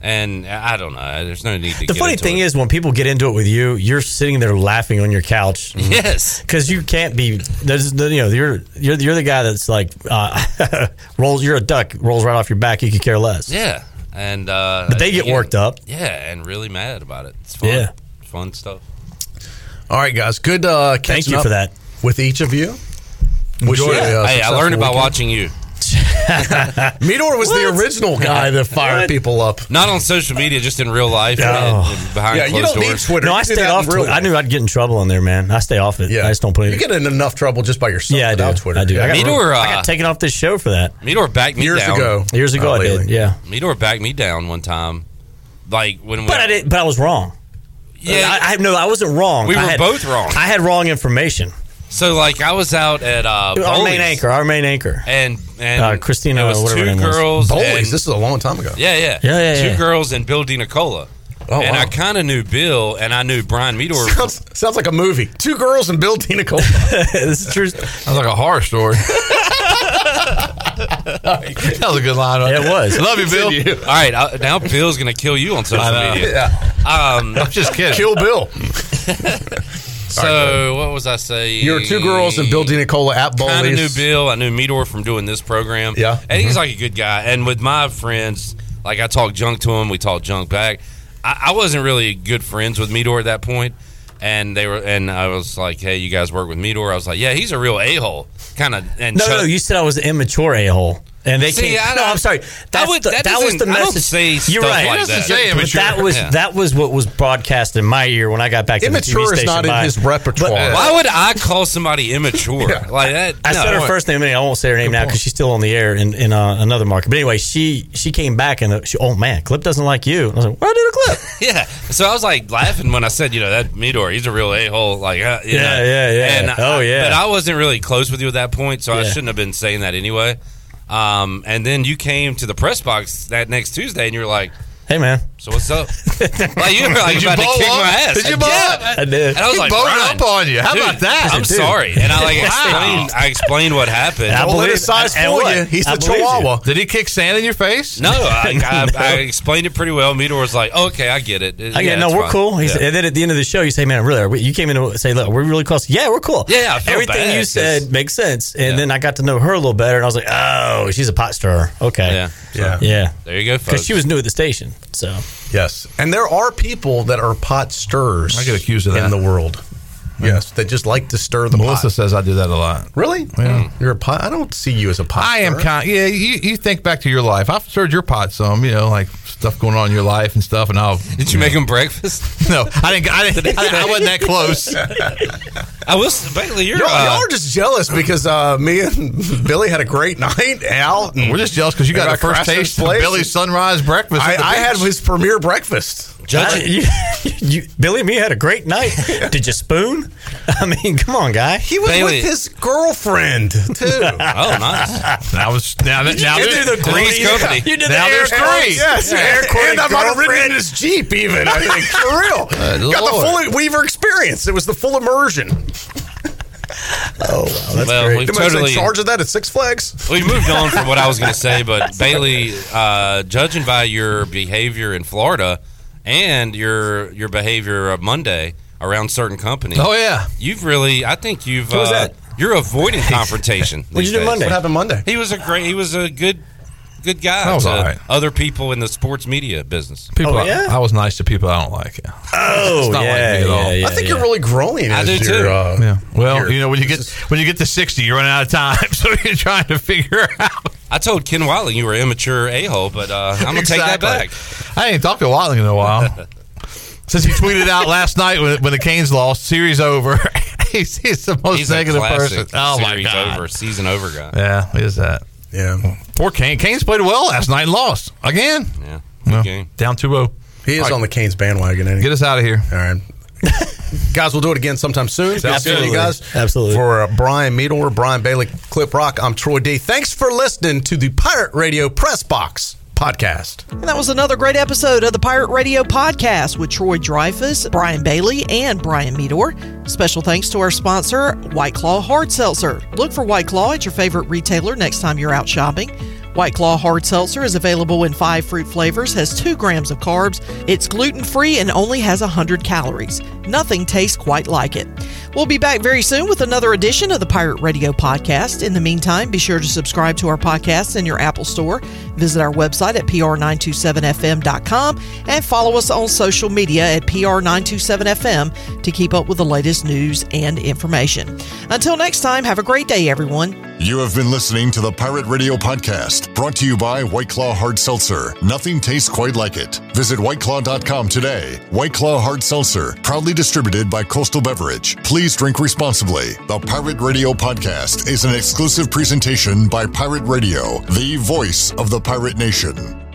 and I I don't know. There's no need to. The get funny into thing it. is, when people get into it with you, you're sitting there laughing on your couch. (laughs) yes, Because you can't be, there's, no- you know, you're you're you're the guy that's like uh, (laughs) rolls. You're a duck, rolls right off your back. You could care less. yeah, and uh, But they get worked up. Yeah, and really mad about it. It's fun. Yeah. fun stuff. All right, guys. Good. Uh, catching you up for that. with each of you. Wish you a, uh, hey, I successful learned about weekend. watching you. Meador was the original guy that fired people up. Not on social media, just in real life. and- and behind Yeah, closed you don't doors. need Twitter. No, You I do stayed that off. in real Twitter. I life. knew I'd get in trouble on there, man. I stay off it. I just don't put it. You get in enough trouble just by yourself yeah, I do. without Twitter. I do. I got, Meteor, I got uh, taken off this show for that Meador backed me years down. ago. years ago. Not I did. lately. Yeah, Meador backed me down one time. Like when we, but I did. But I was wrong. Yeah, I, I no, I wasn't wrong. We I were had- both wrong. I had wrong information. so like I was out at uh, Our main Bowley's, anchor. Our main anchor. and and Uh, Christina, It was whatever her two name was. girls. Bowlies, and- this is a long time ago. yeah, yeah, Yeah, yeah, Two yeah. girls and Bill DiNicola. Oh, and wow. I kind of knew Bill, and I knew Brian Meador. (laughs) Sounds, sounds like a movie. Two girls and Bill (laughs) Nicole. this is true. Sounds like a horror (laughs) story. that was a good lineup. Yeah, it was. Love you, Bill. All right, I, now Bill's gonna (laughs) kill you on social know. media. yeah. (laughs) Um, I'm just kidding. Kill Bill. so what was I saying? You were two girls and Bill DiNicola at Kind of knew Bowlies. Bill. I knew Meador from doing this program. Yeah. and Mm-hmm. he's like a good guy. And with my friends, like I talk junk to him, we talk junk back. I, I wasn't really good friends with Meador at that point, and they were. And I was like, "Hey, you guys work with Meador?" I was like, "Yeah, he's a real a hole." Kind of. And No, Chuck- no, you said I was an immature a hole. And they See, I can't. No, don't- I'm sorry. That's would- the, that that, was doesn't- the I don't message. say You're stuff right. like But that. Say immature. that was Yeah. that was what was broadcast in my ear when I got back. to Immature is the TV station not in by- his repertoire. But- Why would I call (laughs) somebody immature like that? I no. said her first name. and I won't say her name now because she's still on the air in, in uh, another market. But anyway, she she came back and uh, she, oh man, Clip doesn't like you. I was like, why did a (laughs) Clip? Yeah. So I was like laughing when I said, you know, that Midor, he's a real a hole. Like, uh, you Yeah, know. yeah, yeah. And I- Oh, yeah. But I wasn't really close with you at that point, so I Yeah. shouldn't have been saying that anyway. Um, and then you came to the press box that next Tuesday, and you were like, hey man, "So what's (laughs) up?" like you were like Did you about to bowl kick up? my ass. Did you I bowl did. up? I did. And I was He like, bowled "Brian, up on you. How dude, about that? I'm Dude. sorry, and I like Wow. explained. I explained what happened. I Don't let believe- his size and- and fool what? you. He's I the believe you. Chihuahua. Did he kick sand in your face? (laughs) no, I, I, I explained it pretty well. Midor was like, "Okay, I get it. I Yeah, go, no, it's we're fine." cool. He's, Yeah. And then at the end of the show, you say, man, really, are we, you came in and say, look, we're really close. Yeah, we're cool. Yeah, I felt Everything bad, you 'cause- said makes sense. And Yeah. then I got to know her a little better, and I was like, oh, she's a pot stirrer. Okay. Yeah, So, Yeah. Yeah. There you go, folks. Because she was new at the station. So Yes. And there are people that are pot stirrers. I get accused of In that. the world. Yes. That just like to stir the Melissa pot. says I do that a lot. Really? Yeah. You're a pot. I don't see you as a pot. I am stirrer. kind. Yeah, you, you think back to your life. I've stirred your pot some. You know, like stuff going on in your life and stuff. And I'll. Did you make him breakfast? No, I didn't. I didn't. I, I wasn't that close. (laughs) I was Bailey. You're, Y'all, uh, y'all are just jealous because uh, me and (laughs) Billy had a great night out. and We're just jealous because you got Got the first Craster's taste of place. Billy's sunrise breakfast. I, at the I had beach. his premier breakfast. I- you, you, (laughs) Billy and me had a great (laughs) night. Did you spoon? (laughs) I mean, come on, guy. He was Bailey- with his girlfriend too. oh, (laughs) nice. (laughs) Now was now that now you there's- do the Three's Grease company. (laughs) You did Now the there's air three. quotes. Yes, Air quotes. and I might have ridden girlfriend. in his jeep even. I think (laughs) for real. Got Lord. the full Weaver experience. It was the full immersion. That's well, great. we've Somebody's Uh, totally in charge of that at Six Flags. we moved on from what I (laughs) was going to say, but Bailey, uh, judging by your behavior in Florida and your your behavior of Monday around certain companies, Oh yeah. you've really, I think you've was uh, that? you're avoiding confrontation. What'd these you do days. Monday? What happened Monday? He was a great. He was a good. Good guy That was to all right. other people in the sports media business. People, Oh, yeah? I, I was nice to people I don't like. Yeah. Oh, not like yeah, me at all. yeah, yeah, I think yeah. you're really growing. I as do, your, too. Uh, Yeah. Well, your- you know when you get when you get to sixty, you're running out of time, (laughs) so you're trying to figure out. I told Ken Wiley you were an immature a hole, but uh, I'm gonna take that Exactly. back. I ain't talked to Watling in a while. Since he tweeted out last night when, when the Canes lost, series over. (laughs) he's, he's the most He's a negative classic person. Oh my series god! over, season over guy. Yeah, what is that? yeah. Poor Kane. Kane's played well last night and lost again. Yeah. Well, Okay. Down 2-0. He is on the Canes bandwagon. Anyway. Get us out of here. All right. guys, we'll do it again sometime soon. Good seeing Absolutely. you guys. Absolutely. For uh, Brian Meador, Brian Bailey, Clip Rock, I'm Troy D. Thanks for listening to the Pirate Radio Press Box podcast. And that was another great episode of the Pirate Radio Podcast with Troy Dreyfus, Brian Bailey, and Brian Meador. Special thanks to our sponsor, White Claw Hard Seltzer. Look for White Claw at your favorite retailer next time you're out shopping. White Claw Hard Seltzer is available in five fruit flavors, has two grams of carbs, it's gluten free, and only has 100 calories. Nothing tastes quite like it. We'll be back very soon with another edition of the Pirate Radio Podcast. In the meantime, be sure to subscribe to our podcast in your Apple Store, visit our website at pr927fm.com, and follow us on social media at pr927fm to keep up with the latest news and information. Until next time, have a great day, everyone. You have been listening to the Pirate Radio Podcast, brought to you by White Claw Hard Seltzer. Nothing tastes quite like it. Visit whiteclaw.com today. White Claw Hard Seltzer, proudly distributed by Coastal Beverage. Please drink responsibly. The Pirate Radio Podcast is an exclusive presentation by Pirate Radio, the voice of the pirate nation.